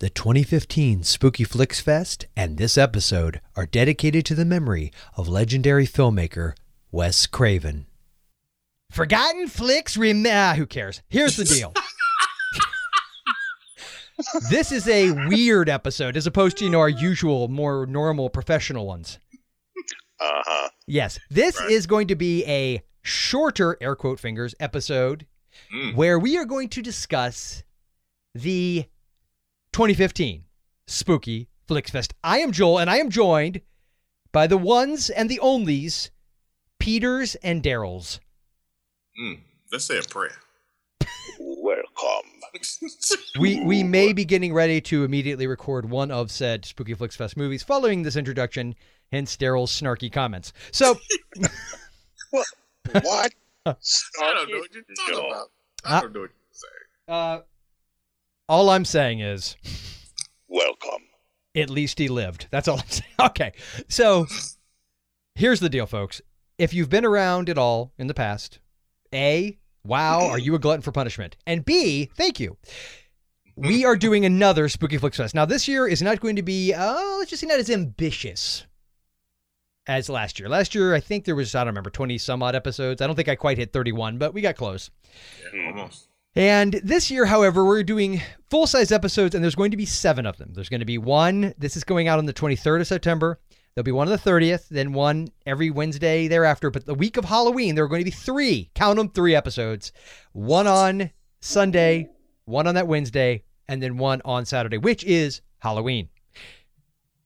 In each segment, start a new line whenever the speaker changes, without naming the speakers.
The 2015 Spooky Flicks Fest and this episode are dedicated to the memory of legendary filmmaker Wes Craven. Forgotten flicks rem- ah, who cares? Here's the deal. this is a weird episode as opposed to you know our usual more normal professional ones.
Uh huh.
Yes. This
Right.
is going to be a shorter air quote fingers episode
Mm.
where we are going to discuss the 2015 Spooky Flicks Fest. I am Joel, and I am joined by the ones and the onlys, Peters and Daryls.
Mm, let's say a prayer.
Welcome.
We we may be getting ready to immediately record one of said Spooky Flicks Fest movies following this introduction, hence Daryl's snarky comments. So
what?
I don't know what you're talking
No.
about. I don't know what you're
uh, all I'm saying is
Welcome.
at least he lived. That's all I'm saying. Okay. So here's the deal, folks. If you've been around at all in the past, A, wow, are you a glutton for punishment? And B, thank you. We are doing another Spooky Flicks Fest. Now, this year is not going to be, uh, let's just say, not as ambitious as last year. Last year, I think there was, I don't remember, 20 some odd episodes. I don't think I quite hit 31, but we got close.
saying. Yeah,
Hmm.
almost.
And this year, however, we're doing full size episodes, and there's going to be seven of them. There's going to be one, this is going out on the 23rd of September. There'll be one on the 30th, then one every Wednesday thereafter. But the week of Halloween, there are going to be three, count them, three episodes one on Sunday, one on that Wednesday, and then one on Saturday, which is Halloween.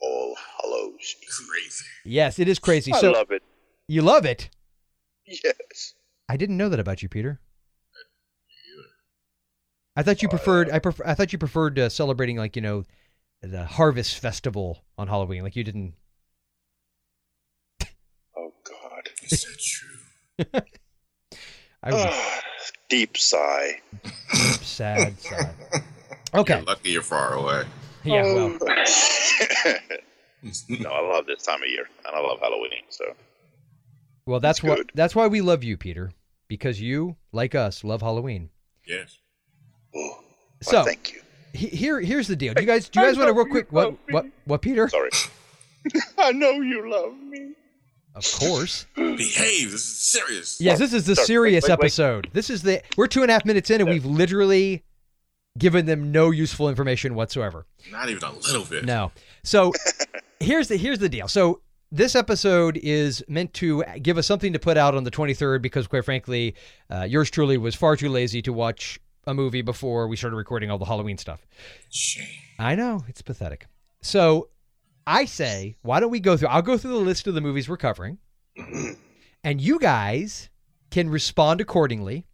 All Hallows.
Crazy.
Yes, it is crazy.
I
So
love it.
you love it.
Yes.
I didn't know that about you, Peter. I thought
uh,
you preferred. I prefer. I thought you preferred uh, celebrating like you know, the harvest festival on Halloween. Like you didn't.
Oh God.
Is that true?
I was
Ah, deep sigh.
just sad. Sad. Okay.
You're lucky you're far away.
Yeah. Well.
Oh. no, I love this time of year, and I love Halloween. So
Well, that's why.
good.
That's why we love you, Peter, because you, like us, love Halloween.
yes.
Oh, well,
So
thank you.
he, here, here's the deal. Do you guys, do you guys want to real quick? What, what, what, Peter?
Sorry. I know you love me.
Of course.
Behave. This is serious.
Yes, this is the
Sorry, wait,
serious
wait, wait.
episode. This is the we're two and a half minutes in, and we've literally given them no useful information whatsoever.
Not even a little bit.
No. So here's the here's the deal. So this episode is meant to give us something to put out on the 23rd because, quite frankly, uh, yours truly was far too lazy to watch a movie before we started recording all the Halloween stuff.
Shame.
I know it's pathetic. So I say, why don't we go through? I'll go through the list of the movies we're covering, and you guys can respond accordingly,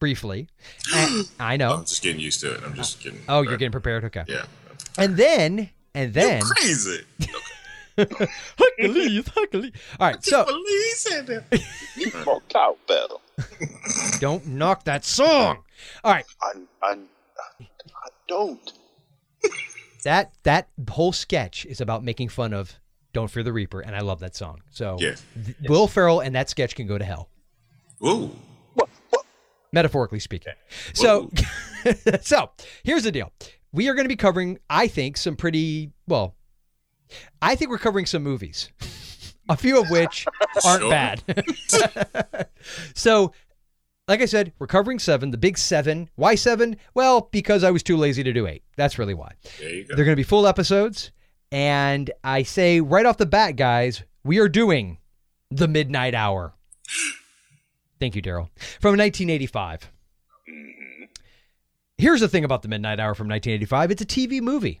briefly. And- I know.
I'm just getting used to it. I'm just getting.
Oh, you're getting prepared. Okay.
Oh, Yeah.
And then, and then,
You're crazy.
Hercules, Hercules. All right. So
Police in there.
You
Hmm.
for Oh, cowbell.
don't knock that song. All right.
I, I, I don't.
That that whole sketch is about making fun of "Don't Fear the Reaper," and I love that song. So
Yeah.
th- Will Ferrell and that sketch can go to hell.
Ooh.
metaphorically speaking. So, so here's the deal: we are going to be covering, I think, some pretty well. I think we're covering some movies, a few of which aren't
Sure.
bad. so, like I said, we're covering seven, the big seven. Why seven? Well, because I was too lazy to do eight. That's really why.
There you go.
They're going to be full episodes, and I say right off the bat, guys, we are doing the midnight hour. Thank you, Daryl. From 1985. Here's the thing about the Midnight Hour from 1985 it's a TV movie.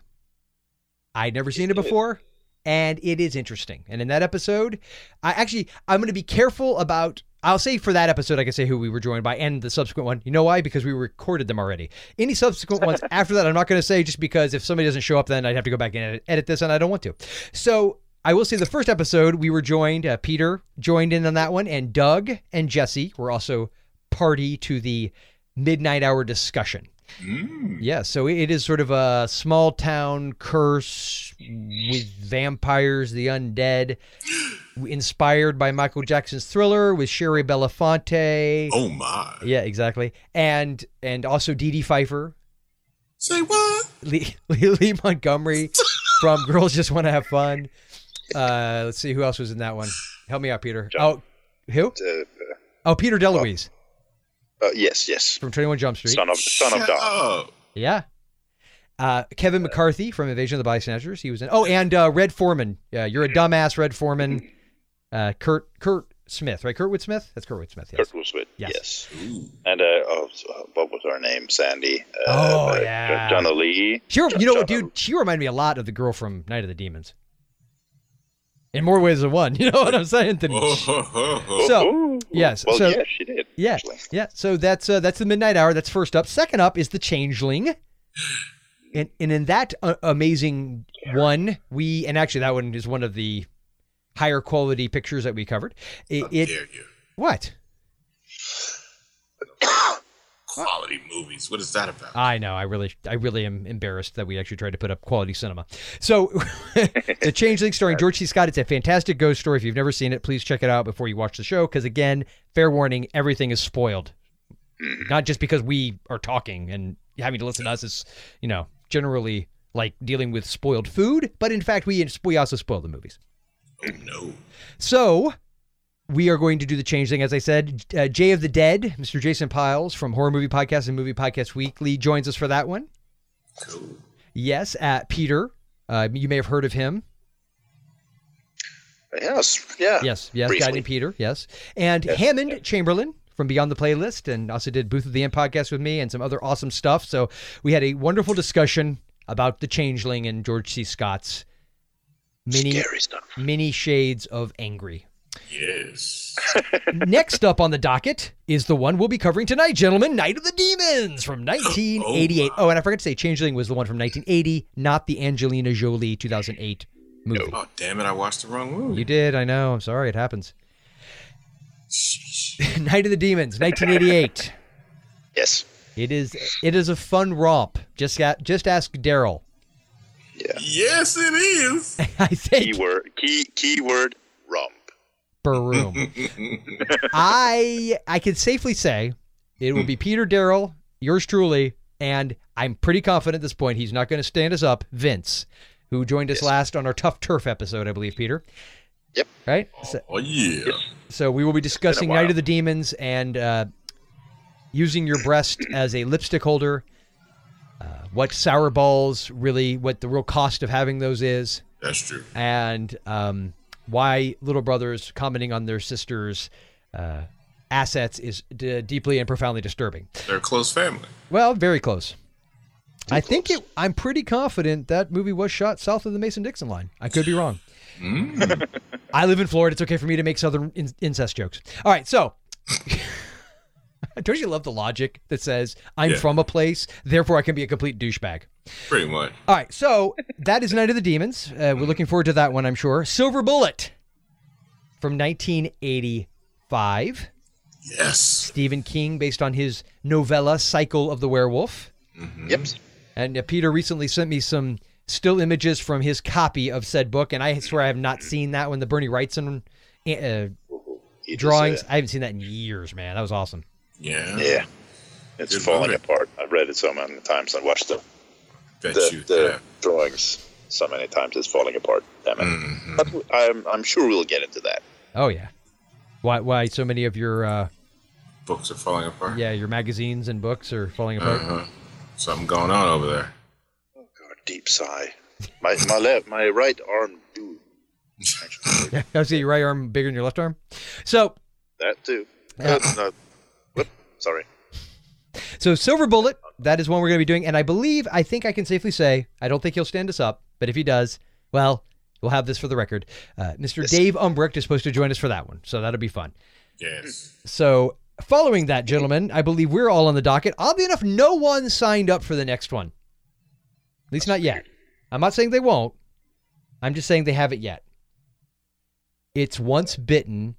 I'd never seen it before, and it is interesting. And in that episode, I actually, I'm going to be careful about. I'll say for that episode, I can say who we were joined by and the subsequent one. You know why? Because we recorded them already. Any subsequent ones after that, I'm not going to say just because if somebody doesn't show up, then I'd have to go back and edit, edit this, and I don't want to. So I will say the first episode, we were joined, uh, Peter joined in on that one, and Doug and Jesse were also party to the midnight hour discussion.
Mm.
Yeah, so it is sort of a small town curse with vampires, the undead, inspired by Michael Jackson's Thriller with Sherry Belafonte.
Oh my.
Yeah, exactly, and and also Dee Dee Pfeiffer.
Say what?
Lee, Lee, Lee Montgomery from Girls Just Want to Have Fun. Uh, let's see who else was in that one. Help me out, Peter.
John.
Oh, who?
Uh,
Oh, Peter DeLuise
uh, yes, yes.
from Twenty One Jump Street.
Son of son of
Shut
God.
up.
Yeah. Uh, Kevin McCarthy from Invasion of the Body Snatchers. He was in. Oh, and uh, Red Foreman. Yeah, you're a dumbass, Red Foreman. Uh, Kurt Kurt Smith, right? Kurtwood Smith. That's Kurtwood Smith. Yes.
Kurt was with
Yes.
yes.
Ooh.
And uh, oh, uh, what was her name? Sandy. Uh,
Oh,
uh,
yeah.
Donna Lee.
She, you know what,
John-
dude? She reminded me a lot of the girl from Night of the Demons. In more ways than one. You know what I'm saying? Than-
Oh, ho, ho, ho.
So,
Ooh.
yes,
Well,
so-
yeah, she did.
yeah,
Actually.
yeah. So that's uh, that's the Midnight Hour. That's first up. Second up is the Changeling. And and in that uh, amazing one, we and actually that one is one of the higher quality pictures that we covered. It,
How
it
dare you?
what?
Quality movies. What is that about?
I know. I really, I really am embarrassed that we actually tried to put up quality cinema. So, the Changeling, starring George C. Scott, it's a fantastic ghost story. If you've never seen it, please check it out before you watch the show. Because again, fair warning, everything is spoiled. Not just because we are talking and having to listen to us is, you know, generally like dealing with spoiled food, but in fact, we we also spoil the movies.
oh, no.
So we are going to do the changeling, as I said. Uh, Jay of the Dead, Mr. Jason Piles from Horror Movie Podcast and Movie Podcast Weekly, joins us for that one.
Cool.
Yes, at Peter. Uh, you may have heard of him.
Yes. Yeah.
Yes, yes, guy
Briefly.
named Peter. Yes, and Hammond Chamberlain from Beyond the Playlist, and also did Booth of the End podcast with me, and some other awesome stuff. So we had a wonderful discussion about the Changeling and George C. Scott's many
Scary stuff.
many shades of angry.
Yes.
Next up on the docket is the one we'll be covering tonight, gentlemen. Night of the Demons from 1988. Oh, and I forgot to say, Changeling was the one from 1980, not the Angelina Jolie 2008 movie.
Oh, damn it. I watched the wrong movie.
You did, I know. I'm sorry, it happens.
Sheesh.
Night of the Demons, 1988.
Yes.
it is it is a fun romp. Just a- just ask Daryl.
Yeah.
Yes, it is.
I think
Keyword. Key. Keyword. Rump.
room. I I can safely say it will be Peter Daryl, yours truly, and I'm pretty confident at this point he's not going to stand us up, Vince, who joined us last on our Tough Turf episode, I believe, Peter.
Yep.
Right? So,
Oh, yeah.
so we will be discussing
while.
Night of the Demons and uh, using your breast as a lipstick holder. Uh, what sour balls really, what the real cost of having those is
That's true.
and um, why little brothers commenting on their sisters' uh, assets is d- deeply and profoundly disturbing.
They're a close family.
Well, very close. I think
close.
it, I'm pretty confident that movie was shot south of the Mason-Dixon line. I could be wrong.
Mm.
I live in Florida. It's okay for me to make southern in- incest jokes. All right, so. Don't you love the logic that says, I'm
Yeah.
from a place, therefore I can be a complete douchebag?
Pretty much.
All right, so that is Night of the Demons. Uh,
Mm.
we're looking forward to that one, I'm sure. Silver Bullet from 1985.
Yes.
Stephen King, based on his novella Cycle of the Werewolf.
Mhm.
Yep.
And uh, Peter recently sent me some still images from his copy of said book, and I swear I have not seen that one. The Bernie Wrightson uh,
It is,
drawings.
uh,
I haven't seen that in years, man. That was awesome.
Yeah.
yeah. It's
Good
falling
movie.
apart. I've read it so many times and watched the
Bet
the,
you
the
have.
drawings so many times. It's falling apart. Damn it.
Mhm.
But we- I'm I'm sure we'll get into that.
Oh yeah. Why? Why so many of your uh,
Books are falling apart.
yeah your magazines and books are falling apart?
Uh-huh. Something going on over there.
Oh God, deep sigh. My my left my right arm do actually
Yeah, I see your right arm bigger than your left arm. So,
that too.
Yeah.
Uh, no. Whoop, sorry.
so Silver Bullet, that is one we're going to be doing. And I believe, I think I can safely say, I don't think he'll stand us up, but if he does, well, we'll have this for the record. Uh, Mr.
Yes.
Dave Umbricht is supposed to join us for that one. So that'll be fun.
Yes.
So, following that, gentlemen, I believe we're all on the docket. Oddly enough, no one signed up for the next one. At least not yet. I'm not saying they won't. I'm just saying they haven't yet. It's Once Bitten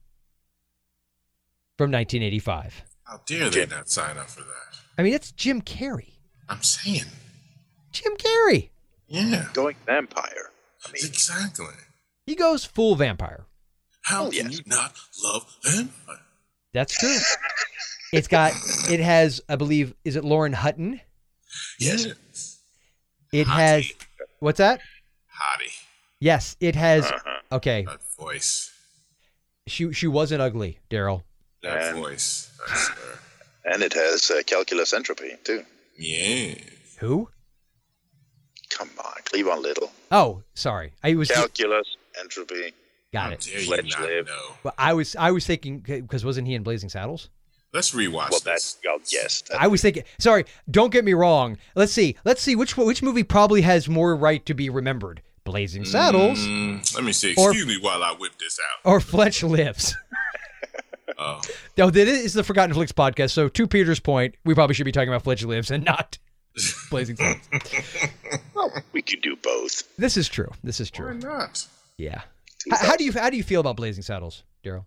from 1985.
How dare they not sign up for that?
I mean, it's Jim Carrey.
I'm saying.
Jim Carrey.
Yeah.
Going vampire. I mean,
Exactly.
He goes full vampire.
How
Oh,
can
yes.
you not love him?
That's true. it's got, it has, I believe, is it Lauren Hutton?
Yes.
It
Hot
has
take.
what's that?
Hottie.
Yes, it has.
Uh-huh.
Okay,
That voice.
she she wasn't ugly, Daryl.
That
And-
voice. I swear.
And it has uh, calculus entropy, too.
Yeah.
Who?
Come on, Cleavon Little.
Oh, sorry. I was
Calculus entropy.
How
got it.
dare you
Let's
not
live.
know?
But I was I was thinking because wasn't he in Blazing Saddles?
Let's
Well,
rewatch this.
that's, oh, yes. That,
I was thinking. Sorry, don't get me wrong. Let's see. Let's see which which movie probably has more right to be remembered: Blazing Saddles
Mm, let me see.
Or-
Excuse me while I whip this out.
or Fletch Lives.
Oh,
No, that is the Forgotten Flicks podcast. So, to Peter's point, we probably should be talking about Fletch Lives and not Blazing Saddles.
we could do both.
this is true. This is
why
true.
not?
Yeah. How, how do you how do you feel about Blazing Saddles, Daryl?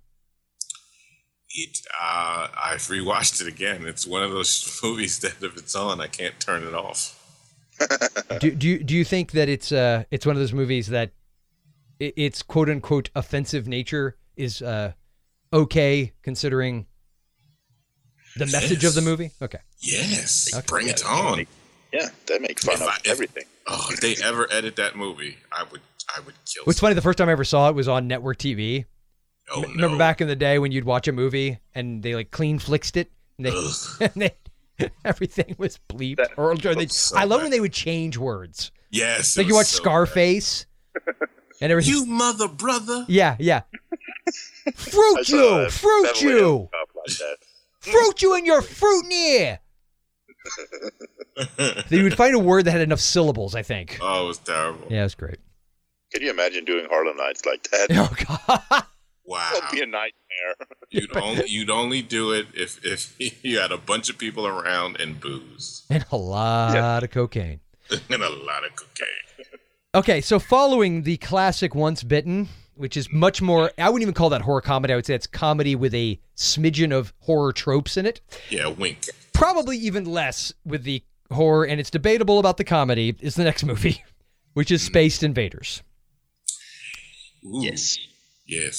It, uh, I've rewatched it again. It's one of those movies that if it's on, I can't turn it off.
Do, do you do you think that it's uh it's one of those movies that i- its quote unquote offensive nature is uh okay considering the message of the
Yes.
movie? Okay.
Yes,
Okay.
bring it on.
Yeah, they make fun
If
of
I- if-
everything.
Oh, if they ever edit that movie, I would, I would kill.
What's funny, the first time I ever saw it was on network TV.
Oh, no.
Remember back in the day when you'd watch a movie and they like clean flixed it and they,
Ugh.
and they everything was bleeped.
That
or, or they,
looks so
I love
bad.
when they would change words.
Yes. it
Like you
was
watch
so
Scarface and
bad.
everything.
You mother brother.
yeah, yeah.
I
Fruit
saw
you,
a
fruit
uh, Beverly
you,
Hills Cop like that.
fruit you in your fruit near. They would find a word that had enough syllables. I think.
Oh, it was terrible.
Yeah, it was great.
Could you imagine doing Harlem Nights like that? That
Oh God.
Wow.
would be a nightmare.
You'd only, you'd only do it if, if you had a bunch of people around and booze
and a lot of cocaine.
and a lot of cocaine.
Okay, so following the classic Once Bitten, which is much more, I wouldn't even call that horror comedy. I would say it's comedy with a smidgen of horror tropes in it.
Yeah, wink.
Probably even less with the horror, and it's debatable about the comedy, is the next movie, which is Spaced Invaders.
Ooh. Yes,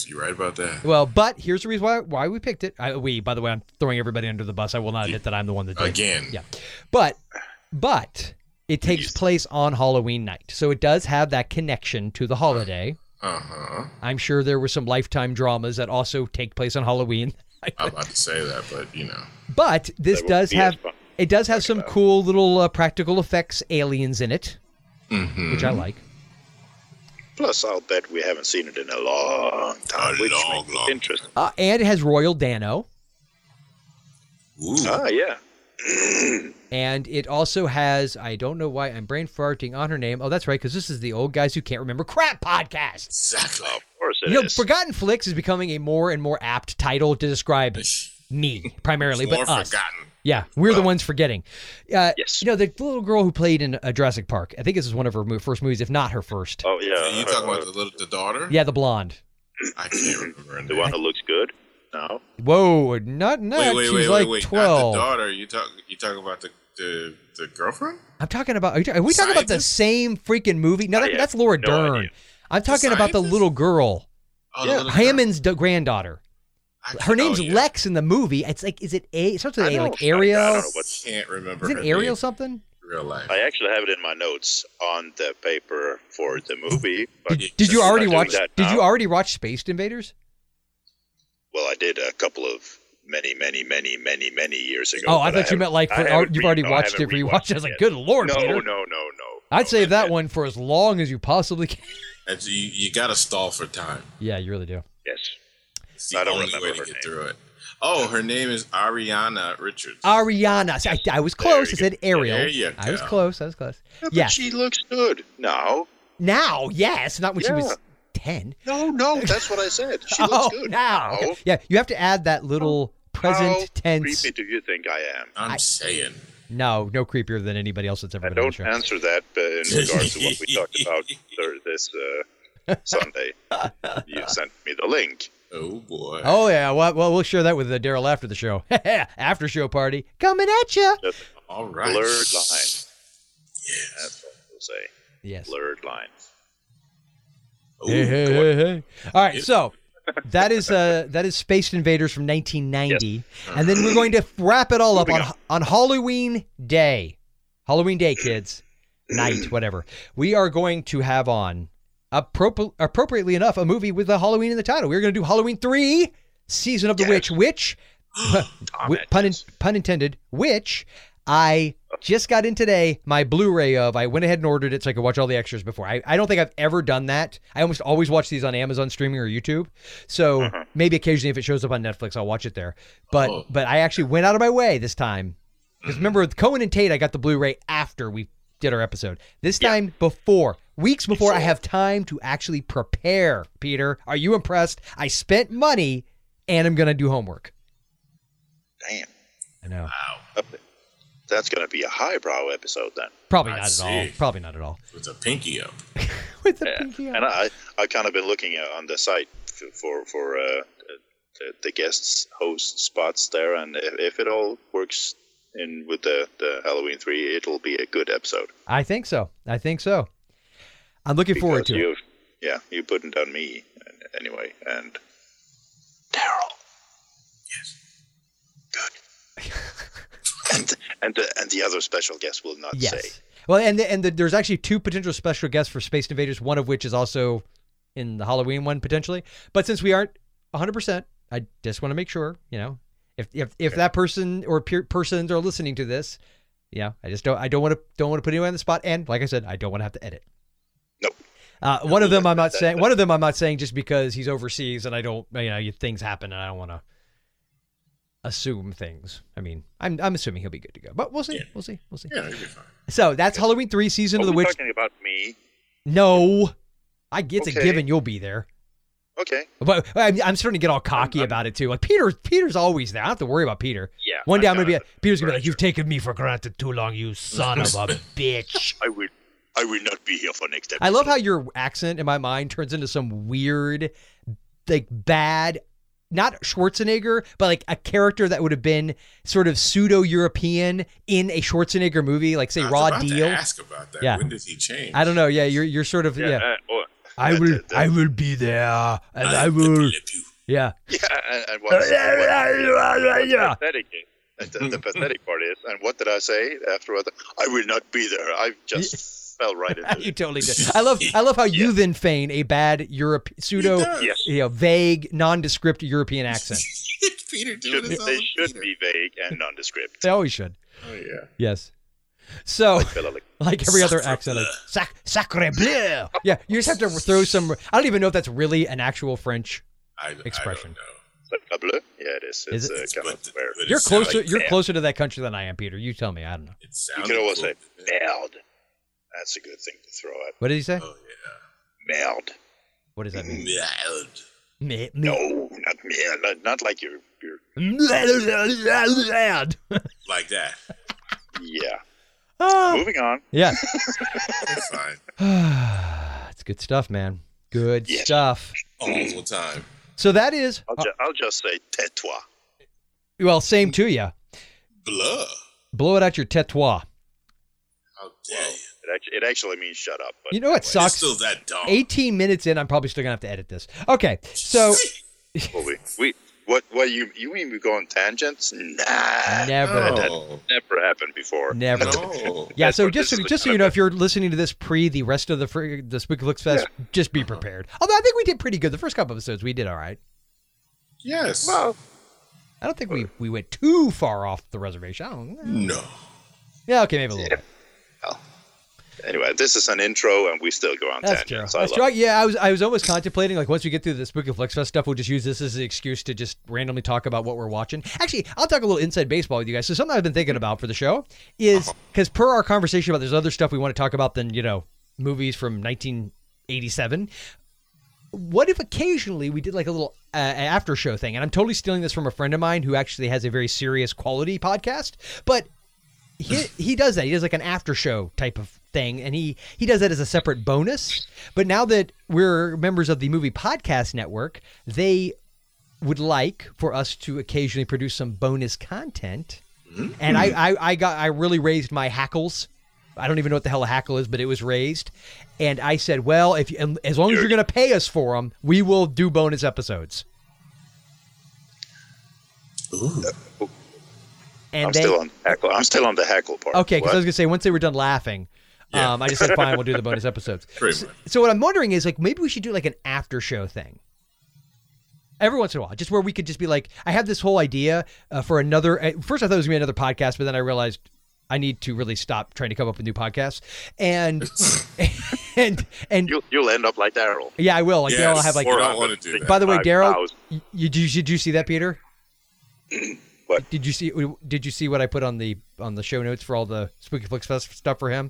you're right about that.
Well, but here's the reason why, why we picked it. I, we, by the way, I'm throwing everybody under the bus. I will not admit that I'm the one that did.
Again.
Yeah. But but it takes place on Halloween night. So it does have that connection to the holiday.
Uh huh.
I'm sure there were some lifetime dramas that also take place on Halloween.
I'm about to say that, but you know.
But this
That would
does
be as
have
fun.
it does have some cool little uh, practical effects aliens in it,
Mm-hmm.
which I like.
Plus, I'll bet we haven't seen it in a long time.
A
which
long,
makes it
long
Interesting.
Uh, and it has Royal Dano,
Ooh.
Ah, yeah.
and it also has I don't know why I'm brain farting on her name. Oh, that's right, because this is the old guys who can't remember crap podcast.
Exactly.
Of course it
You know,
is.
Forgotten Flicks is becoming a more and more apt title to describe me primarily,
More
but us.
forgotten.
Yeah, we're the ones forgetting. Uh,
Yes.
You know, the little girl who played in uh, Jurassic Park. I think this is one of her mo- first movies, if not her first.
oh, yeah.
you
uh,
talking about the little the daughter?
Yeah, the blonde.
I can't remember her
the
name.
one who looks good? No.
Whoa, not not.
Wait, wait,
She's
wait,
like
wait, wait. Not
twelve.
the daughter. You talk. You talk about the the, the girlfriend?
I'm talking about. Are, you, are we talking about the
Scientist?
same freaking movie? No,
I
that,
have
that's Laura
no
Dern.
idea.
I'm talking about the
scientist?
little girl,
Oh,
Yeah.
the little
Hammond's da- granddaughter.
girl. I-
Her name's
oh, yeah.
Lex in the movie. It's like, is it a? It starts with
I
a,
don't-
like
I- I don't
Ariel.
know what-
Can't remember.
Is it
her
Ariel
name
something?
in Real life.
I actually have it in my notes on the paper for the movie. But
Did, did you
I'm
already
doing
watch?
that
Did you
now.
already watch Spaced Invaders?
Well, I did a couple of many, many, many, many, many years ago.
Oh, I
but
thought you
haven't-
meant like
I
for, oh,
haven't
you've
re-
already
no, I
watched it.
haven't
Rewatched.
rewatched
I was like,
yet.
good lord,
No,
Peter.
no, no, no.
I'd save that
yeah.
one for as long as you possibly can.
That's- You, you got to stall for time.
Yeah, you really do.
Yes.
It's the
I don't
only
remember
way to
her
get
name.
through it. Oh, her name is Ariana Richards.
Ariana. See, I, I was
There
close. I
you
said Ariel.
There you
I was
go.
close. I was close.
Yeah, but
Yeah.
she looks good. No,
Now, yes, not when she
Yeah.
was ten.
no, no. That's what I said. She looks
oh,
good.
now,
No.
okay. yeah, you have to add that little present
How
tense.
creepy do you think I am?
I'm saying.
No, no creepier than anybody else that's ever
I
been on the
don't
show.
answer that uh, in regards to what we talked about thir- this uh, Sunday. You sent me the link.
Oh boy.
Oh yeah, well, well, we'll share that with uh, Daryl after the show. after show party coming at you.
All right.
Blurred line. That's
Yes.
what we'll say.
Yes.
eh, Blurred line.
Ooh,
Hey, hey, hey, hey. All right,
Yeah.
so that is uh that is Space Invaders from 1990, and then we're going to wrap it all up
Moving
on on Halloween Day. Halloween Day, kids. night, whatever, we are going to have on, appropri- appropriately enough, a movie with the Halloween in the title. We're going to do Halloween 3, Season of the
Yes.
Witch, which,
Tom
wi- pun, in,
Atkins.
pun intended, which I just got in today my Blu ray of. I went ahead and ordered it so I could watch all the extras before. I, I don't think I've ever done that. I almost always watch these on Amazon streaming or YouTube. So
Mhm.
maybe occasionally if it shows up on Netflix, I'll watch it there. But
Oh.
but I actually went out of my way this time because remember with Cohen and Tate, I got the Blu-ray after we did our episode. This
Yeah.
time before, weeks before, I
Before.
have time to actually prepare. Peter, are you impressed? I spent money and I'm gonna do homework.
Damn.
I know.
Wow.
That's going to be a highbrow episode then.
Probably
I
not at all.
see.
Probably not at all.
With a pinky up.
With the
Yeah.
pinky
And
out.
I, I kind of been looking at, on the site f- for for uh, the, the guests host spots there, and if, if it all works in with the, the Halloween three, it'll be a good episode.
I think so. I think so. I'm looking forward to
Because
it.
you, Yeah, you putting down me and- anyway, and Daryl. Yes. Good. and and the, and the other special guest will not say.
Yes. Well, and the, and the, there's actually two potential special guests for Space Invaders. One of which is also in the Halloween one potentially. But since we aren't 100, percent I just want to make sure you know if if, if that person or peer, persons are listening to this, yeah, I just don't I don't want to don't want to put anyone on the spot. And like I said, I don't want to have to edit.
Nope.
Uh, one of them I'm not
That-
saying.
that-
One of them I'm not saying just because he's overseas and I don't, you know, things happen and I don't want to assume things. I mean, I'm I'm assuming he'll be good to go, but we'll see,
Yeah.
we'll see, we'll see.
Yeah, you'll be fine.
So that's Halloween three season
Are
of the
we
witch.
talking about me?
No, I it's a
Okay.
given you'll be there.
Okay.
But I'm, I'm starting to get all cocky
I'm-
about it too. Like Peter, Peter's always there. I don't have to worry about Peter.
Yeah.
One day I'm gonna be
I
Peter's gonna be like, "You've taken me for granted too long, you son of a bitch."
I will. I will not be here for next episode.
I love how your accent in my mind turns into some weird, like bad, not Schwarzenegger, but like a character that would have been sort of pseudo European in a Schwarzenegger movie, like say
I was
Raw
about to
Deal.
ask about that.
Yeah.
When did he change?
I don't know. Yeah, you're you're sort of yeah.
uh, or-
I
that-
will
that- that-
I will be there, and I
I'm the
will
Philippine.
yeah.
Yeah, and, and what,
Yeah.
what pathetic, the, the pathetic part is, and what did I say afterwards? I will not be there. I just fell right into
You
it.
totally did. I love I love how you
Yeah.
then feign a bad Europe
He
pseudo
does.
Yes.
you know, vague, nondescript European accent.
Peter doing
Should,
this all
they
with
should
Peter.
be vague and nondescript.
They always should.
Oh yeah.
Yes. So
Fella like-
like every other
Sacre
accent.
bleu.
Like, Sac- sacre bleu. Yeah, you just have to throw some. I don't even know if that's really an actual French.
I,
Expression.
I
Fella bleu? Yeah, it is. It's
Is it-
uh,
don't know.
kind of
But,
where
but it
You're
sounded-
closer. you're
bad.
closer to that country than I am, Peter. You tell me. I don't know.
It
you
sounded
can always
cool.
say meld. That's a good thing to throw at.
What did he say?
Oh
Meld.
What does that
yeah.
mean?
Loud.
Me- me-
No, not meld. Not, not like your your.
Like that.
Yeah.
Oh,
Moving on.
yeah.
It's fine.
it's good stuff, man. Good
Yes.
stuff.
All the time.
So that is
I'll, ju- I'll just say tais-toi.
uh, well, same to you.
Blah.
Blow it out your tetois.
How dare you?
It actually, it actually means shut up. But
You know what
anyway,
It's
sucks?
still that dog.
18 minutes in, I'm probably still gonna have to edit this. Okay, so
Well, we, we what what you you mean we go on tangents? Nah,
never.
No.
never happened before.
Never.
Oh, No.
Yeah,
That's
so
what
just
this
so,
is
just so you know, if you're listening to this pre the rest of the fr- the Spooky Looks Fest, just be prepared. Although I think we did pretty good. The first couple episodes, we did all right.
Yes.
Well,
I don't think we, we went too far off the reservation. I don't know.
no.
Yeah, okay, maybe a little. bit.
anyway, this is an intro, and we still go on
That's true.
tangents. I
That's
love
true. Yeah, I was I was almost contemplating like once we get through the Spooky Flicks Fest stuff, we'll just use this as an excuse to just randomly talk about what we're watching. Actually, I'll talk a little inside baseball with you guys. So something I've been thinking about for the show is
Uh-huh.
because per our conversation about there's other stuff we want to talk about than you know movies from 1987. What if occasionally we did like a little uh, after show thing? And I'm totally stealing this from a friend of mine who actually has a very serious quality podcast, but he, he does that. He does like an after show type of thing, and he he does that as a separate bonus. But now that we're members of the Movie Podcast Network, they would like for us to occasionally produce some bonus content. And I, I I got I really raised my hackles. I don't even know what the hell a hackle is, but it was raised. And I said, well, if you, and as long as you're going to pay us for them, we will do bonus episodes.
Ooh.
And
I'm
they,
still on heckle. I'm still on the heckle part.
Okay, because I
What?
was gonna say once they were done laughing,
Yeah.
Um, I just said, fine, we'll do the bonus episodes.
Pretty
So,
much.
so what I'm wondering is like maybe we should do like an after show thing. Every once in a while, just where we could just be like, I have this whole idea uh, for another. At first, I thought it was gonna be another podcast, but then I realized I need to really stop trying to come up with new podcasts. And and and
You'll, you'll end up like Daryl.
yeah, I will. Like they all
Yes,
have like.
or- I don't wanna do that.
By the way, Daryl,
5,000.
y- you, did you did you see that, Peter?
What?
Did you see? Did you see what I put on the on the show notes for all the Spooky Flicks Fest stuff for him?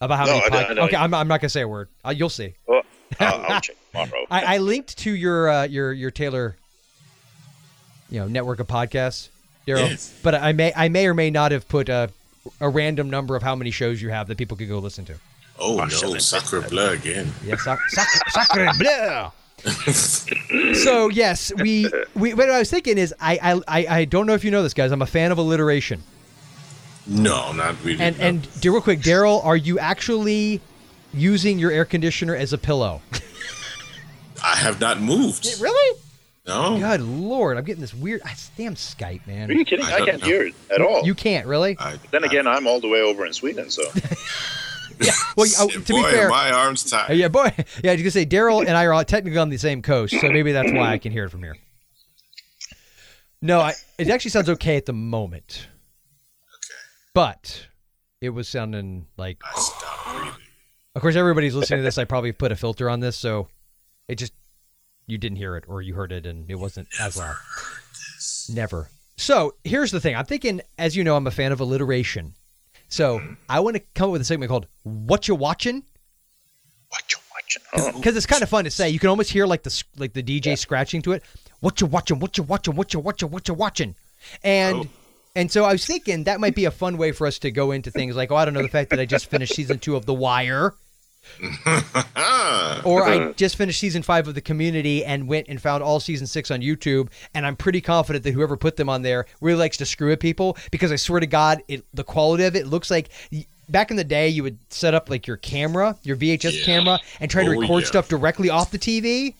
About how
No,
many?
I don't-
podca-
I don't-
okay, I'm, I'm not gonna say a word. Uh, you'll see.
Oh, I'll, I'll check tomorrow.
I, I linked to your uh, your your Taylor, you know, network of podcasts, Daryl.
Yes.
But I may I may or may not have put a a random number of how many shows you have that people could go listen to.
Oh no,
shit.
Sacre Bleu again.
Yeah, sac- sac- sacre bleu. So yes, we, we what I was thinking is I, I I I don't know if you know this guys. I'm a fan of alliteration.
No, not really.
And
no.
and do real quick, Daryl, are you actually using your air conditioner as a pillow?
I have not moved.
really?
No,
Good lord, I'm getting this weird. ah, Damn Skype,
Are you Uh,
man.
kidding?
I
I,
don't
can't
know.
hear it at all.
You can't really.
I,
then again, I'm all the way over in Sweden, so
Well, oh, to
boy,
be fair,
are my arms
Uh,
tied.
yeah, boy. Yeah, you can say Daryl and I are all technically on the same coast, so maybe that's why I can hear it from here. No, I, it actually sounds okay at the moment,
Okay,
but it was sounding like.
I stopped breathing.
Of course, everybody's listening to this. I probably put a filter on this, so it just you didn't hear it, or you heard it and it wasn't as loud. Never. So here's the thing. I'm thinking, as you know, I'm a fan of alliteration. So I want to come up with a segment called "What You Watching."
what you watching? Oh,
because it's kind of fun to say. You can almost hear like the s- like the DJ scratching to it. What you watching? What you watching? What you watching? What you watching? And
Oh.
and so I was thinking that might be a fun way for us to go into things like oh I don't know the fact that I just finished season two of The Wire
Ah,
or
Mm-hmm.
I just finished season five of The Community and went and found all season six on YouTube and I'm pretty confident that whoever put them on there really likes to screw at people because I swear to God it the quality of it looks like. y- Back in the day, you would set up like your camera, your VHS
Yeah.
camera, and try to
Oh,
record
yeah.
stuff directly off the TV.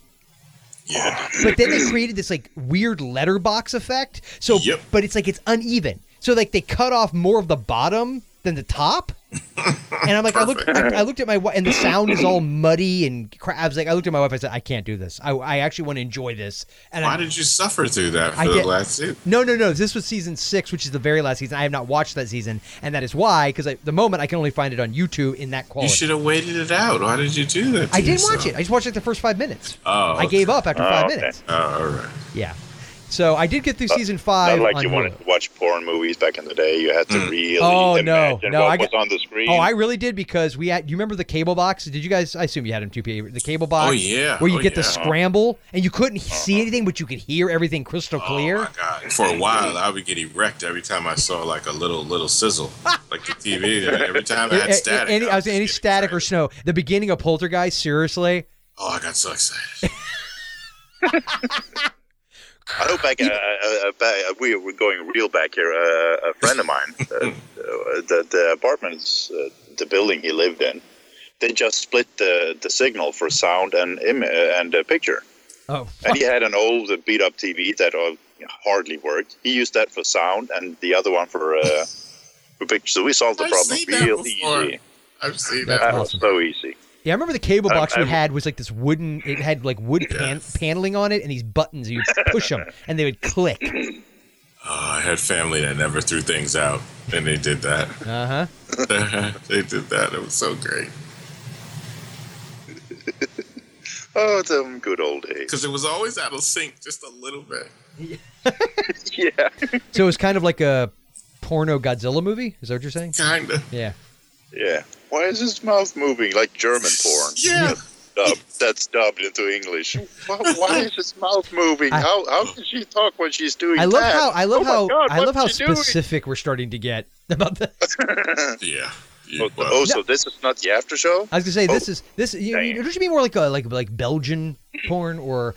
yeah.
but then they created this like weird letterbox effect. So,
Yep.
but it's like it's uneven. So like they cut off more of the bottom than the top. And I'm like, I looked, I, I looked at my wife, and the sound is all muddy and crap. I was like, I looked at my wife. I said, I can't do this. I, I actually want to enjoy this. And
Why
I,
did you suffer through that for
I
the
get-
last season?
no, no, no. This was season six, which is the very last season. I have not watched that season, and that is why, because the moment I can only find it on YouTube in that
You
quality.
should have waited it out. Why did you do that? to
Oh. I didn't watch
yourself?
it. I just watched like the first five minutes.
Oh,
I gave up after
Oh,
five
okay.
minutes.
Oh, all right.
Yeah. So I did get through season five.
Uh, Not like
on
you
Hulu.
wanted to watch porn movies back in the day. You had to
Mm.
really
Oh, no,
imagine
no,
what
I
was
got-
on the screen.
Oh, I really did because we had. You remember the cable box? Did you guys? I assume you had them too. Peter. The cable box.
Oh, yeah.
Where you
Oh,
get the
yeah. Uh-huh.
scramble and you couldn't see anything, but you could hear everything crystal
Oh
clear.
my god! For a while, I would get erect every time I saw like a little little sizzle, like the TV. Every time I
A- a-
had static,
any, I was
just
any
get
static or
excited.
snow. The beginning of Poltergeist. Seriously.
Oh, I got so excited.
I know back, uh, uh, uh, back uh, we were going real back here. Uh, a friend of mine, uh, uh,
Mm.
the, the apartments, uh, the building he lived in, they just split the, the signal for sound and Im- uh, and uh, picture.
Oh,
And he had an old uh, beat up TV that uh, hardly worked. He used that for sound and the other one for uh, for picture. So we solved the
I've
problem
seen that
real
before.
easy.
I've seen
That's
that.
That
awesome.
was so easy.
yeah. I remember the cable
I-
box we
I-
had was like this wooden. It had like wood pan- paneling on it, and these buttons you push them, and they would click.
Oh, I had family that never threw things out, and they did that.
Uh huh.
they did that. It was so great
Oh, them good old days.
because it was always out of sync, just a little bit.
Yeah.
So it was kind of like a porno Godzilla movie. Is that what you're saying?
Kinda.
Yeah.
Yeah. Why is his mouth moving like German porn?
Yeah.
Dub, that's dubbed into English. Why, why is his mouth moving?
I-
how how does she talk when she's doing
I love
that?
how I love
Oh my
how
God,
I
what
love how
is she doing?
specific we're starting to get about the.
Yeah.
Oh,
You-
so-
well,
oh, so this is not the after show?
I was gonna say
Oh.
this is this. You, you,
Damn.
don't you mean more like a, like like Belgian porn or?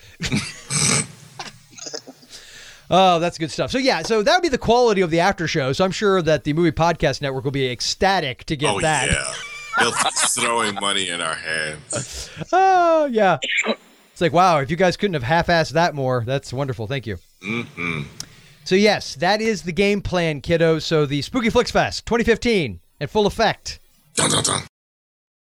oh, that's good stuff. So yeah, so that would be the quality of the after show. So I'm sure that the movie podcast network will be ecstatic to get
oh
that.
yeah. They're throwing money in our hands.
Oh yeah. It's like wow, if you guys couldn't have half-assed that more, that's wonderful. Thank you.
Mm-hmm.
So yes, that is the game plan, kiddo. So the Spooky Flicks Fest 2015
and full effect.
Dun, dun, dun.